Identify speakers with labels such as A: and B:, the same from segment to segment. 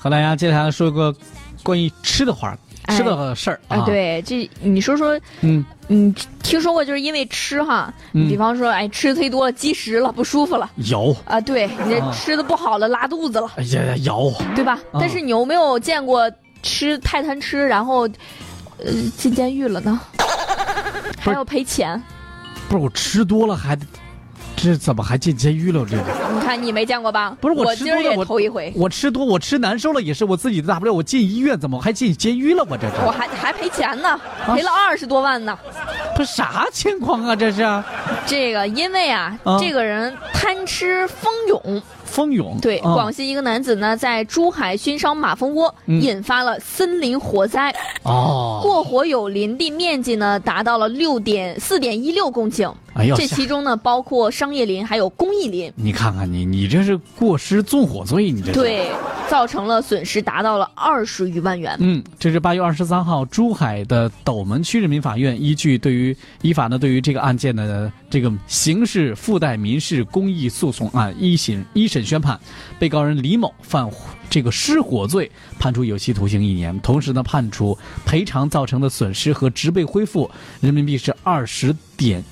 A: 和大家接下来说一个关于吃的话，
B: 哎
A: 吃的事儿
B: 啊，
A: 啊。，
B: 对，这你说说，
A: 嗯
B: 你听说过就是因为吃哈，
A: 嗯
B: 比方说哎吃忒多了积食了不舒服了
A: 有，
B: 啊，对你这
A: 啊
B: 吃的不好了拉肚子了，
A: 哎呀呀有，
B: 对吧？
A: 啊
B: 但是你有没有见过吃太贪吃然后呃进监狱了呢？还要赔钱，
A: 不是我吃多了还，这怎么还进监狱了？这个
B: 你看你没见过吧？
A: 不是
B: 我
A: 吃
B: 今儿
A: 多了，
B: 也
A: 我
B: 头一回，
A: 我吃多，我吃难受了也是我自己的，大不了我进医院，怎么还进监狱了？我这
B: 我
A: 是
B: 还还赔钱呢，
A: 啊
B: 赔了二十多万呢。
A: 不是啥情况啊？这是
B: 这个因为啊，
A: 啊
B: 这个人贪吃蜂拥。
A: 蜂拥
B: 对，
A: 啊
B: 广西一个男子呢，在珠海熏烧马蜂窝，
A: 嗯
B: 引发了森林火灾。
A: 哦，
B: 过火友林地面积呢，达到了六点四点一六公顷。
A: 哎呦，
B: 这
A: 吓
B: 其中呢，包括商业林还有公益林。
A: 你看看你，你这是过失纵火罪，你这是。
B: 对，造成了损失达到了二十余万元。
A: 嗯，这是八月二十三号，珠海的斗门区人民法院依据对于依法呢对于这个案件的这个刑事附带民事公益诉讼案一审一审宣判，被告人李某犯这个失火罪，判处有期徒刑一年，同时呢判处赔偿造成的损失和植被恢复人民币是二十点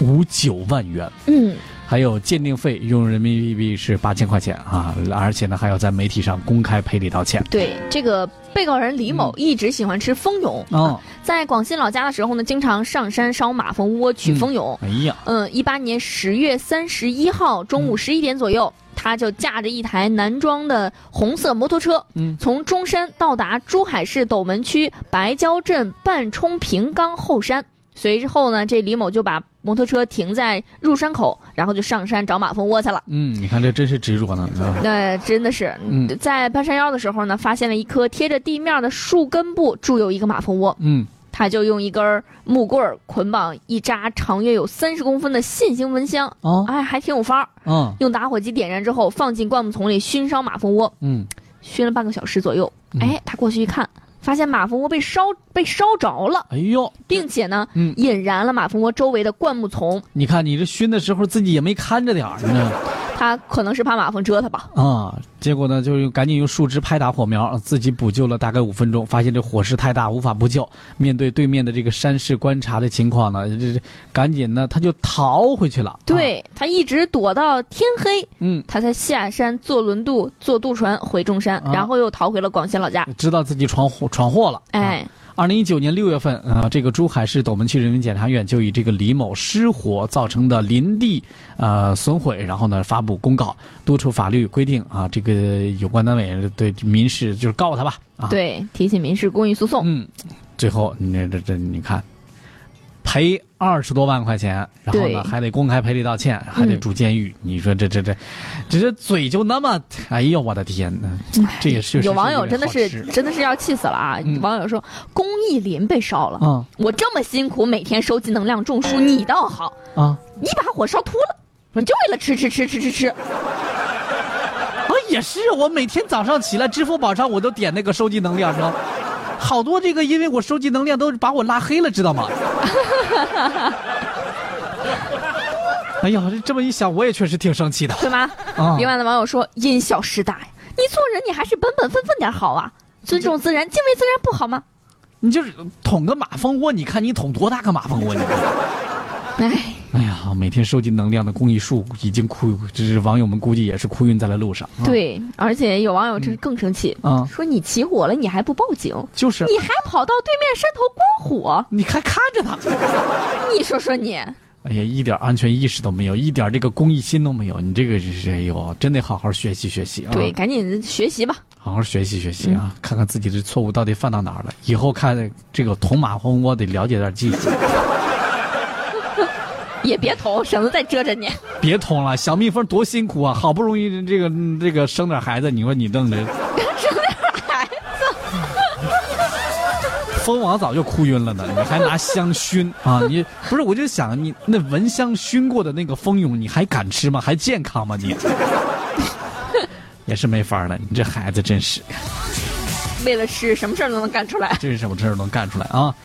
A: 五九万元。
B: 嗯，
A: 还有鉴定费用人民币是八千块钱啊，而且呢还要在媒体上公开赔礼道歉。
B: 对，这个被告人李
A: 嗯
B: 某一直喜欢吃蜂蛹。
A: 哦，
B: 在广西老家的时候呢，经常上山烧马蜂窝取蜂蛹。
A: 哎呀，
B: 嗯，一八年十月三十一号中
A: 嗯
B: 午十一点左右，他就驾着一台男装的红色摩托车，
A: 嗯
B: 从中山到达珠海市斗门区白蕉镇半冲平冈后山。随后呢，这李某就把摩托车停在入山口，然后就上山找马蜂窝去了。
A: 嗯，你看这真是执着呢。啊
B: 那真的是，
A: 嗯
B: 在半山腰的时候呢，发现了一棵贴着地面的树根部住有一个马蜂窝，
A: 嗯，
B: 他就用一根儿木棍儿捆绑一扎长约有三十公分的线形蚊香，
A: 哦，
B: 哎，还挺有法儿。
A: 嗯
B: 用打火机点燃之后，放进灌木丛里熏烧马蜂窝，
A: 嗯，
B: 熏了半个小时左右。
A: 嗯
B: 哎，他过去一看，发现马蜂窝被烧被烧着了，
A: 哎呦，
B: 并且呢，
A: 嗯
B: 引燃了马蜂窝周围的灌木丛。
A: 你看你这熏的时候自己也没看着点儿呢
B: 他可能是怕马蜂蛰他吧。
A: 啊，结果呢就是赶紧用树枝拍打火苗，自己补救了大概五分钟，发现这火势太大无法补救。面对对面的这个山势观察的情况呢，这这赶紧呢他就逃回去了。啊，
B: 对他一直躲到天黑，
A: 嗯，
B: 他才下山坐轮渡、坐渡船回中山，
A: 啊
B: 然后又逃回了广西老家。
A: 知道自己闯祸闯祸了。啊
B: 哎，
A: 二零一九年六月份，啊，这个珠海市斗门区人民检察院就以这个李某失火造成的林地呃损毁，然后呢发布公告，督促法律规定啊，这个有关单位对民事就是告他吧啊。，
B: 对，提起民事公益诉讼，
A: 嗯，最后你这这这你看，赔二十多万块钱，然后
B: 对
A: 呢还得公开赔礼道歉，还得
B: 嗯
A: 住监狱，你说这这这，这这嘴就那么，哎呦我的天呐，这也是
B: 哎有网友真的是
A: 是有点好吃
B: 真的是要气死了啊！
A: 嗯
B: 网友说，公益林被烧了，
A: 啊
B: 我这么辛苦，每天收集能量种树，你倒好，
A: 啊。
B: 你把火烧秃了，你就为了吃吃吃吃吃吃。
A: 啊，也是，我每天早上起来，支付宝上我都点那个收集能量，是吧？好多这个，因为我收集能量都把我拉黑了，知道吗？哎呀，这这么一想，我也确实挺生气的。
B: 对吗？
A: 啊
B: 另外的网友说，因小失大呀，你做人你还是本本分分点好啊，尊重自然，敬畏自然不好吗？
A: 你就是捅个马蜂窝，你看你捅多大个马蜂窝？你
B: 哎，
A: 哎呀，每天收集能量的公益数已经哭，这是网友们估计也是哭晕在了路上。啊，
B: 对，而且有网友这更生气，
A: 嗯
B: 说你起火了你还不报警，
A: 就是
B: 你还跑到对面山头观火，
A: 你还看着他，
B: 你说说你，
A: 哎呀，一点安全意识都没有，一点这个公益心都没有，你这个真是哎呦，真得好好学习学习啊！
B: 对，赶紧学习吧。
A: 好好学习学习啊，看看自己的错误到底犯到哪儿了。以后看这个捅马蜂窝得了解点技术，
B: 也别投，省得再遮着你。
A: 别捅了，小蜜蜂多辛苦啊！好不容易这个嗯这个生点孩子，你说你弄着，蜂王早就哭晕了呢，你还拿香熏啊？你不是？我就想你那蚊香熏过的那个蜂蛹，你还敢吃吗？还健康吗你？也是没法儿了，你这孩子真是，
B: 为了吃，什么事儿都能干出来。
A: 这是什么事儿都能干出来啊！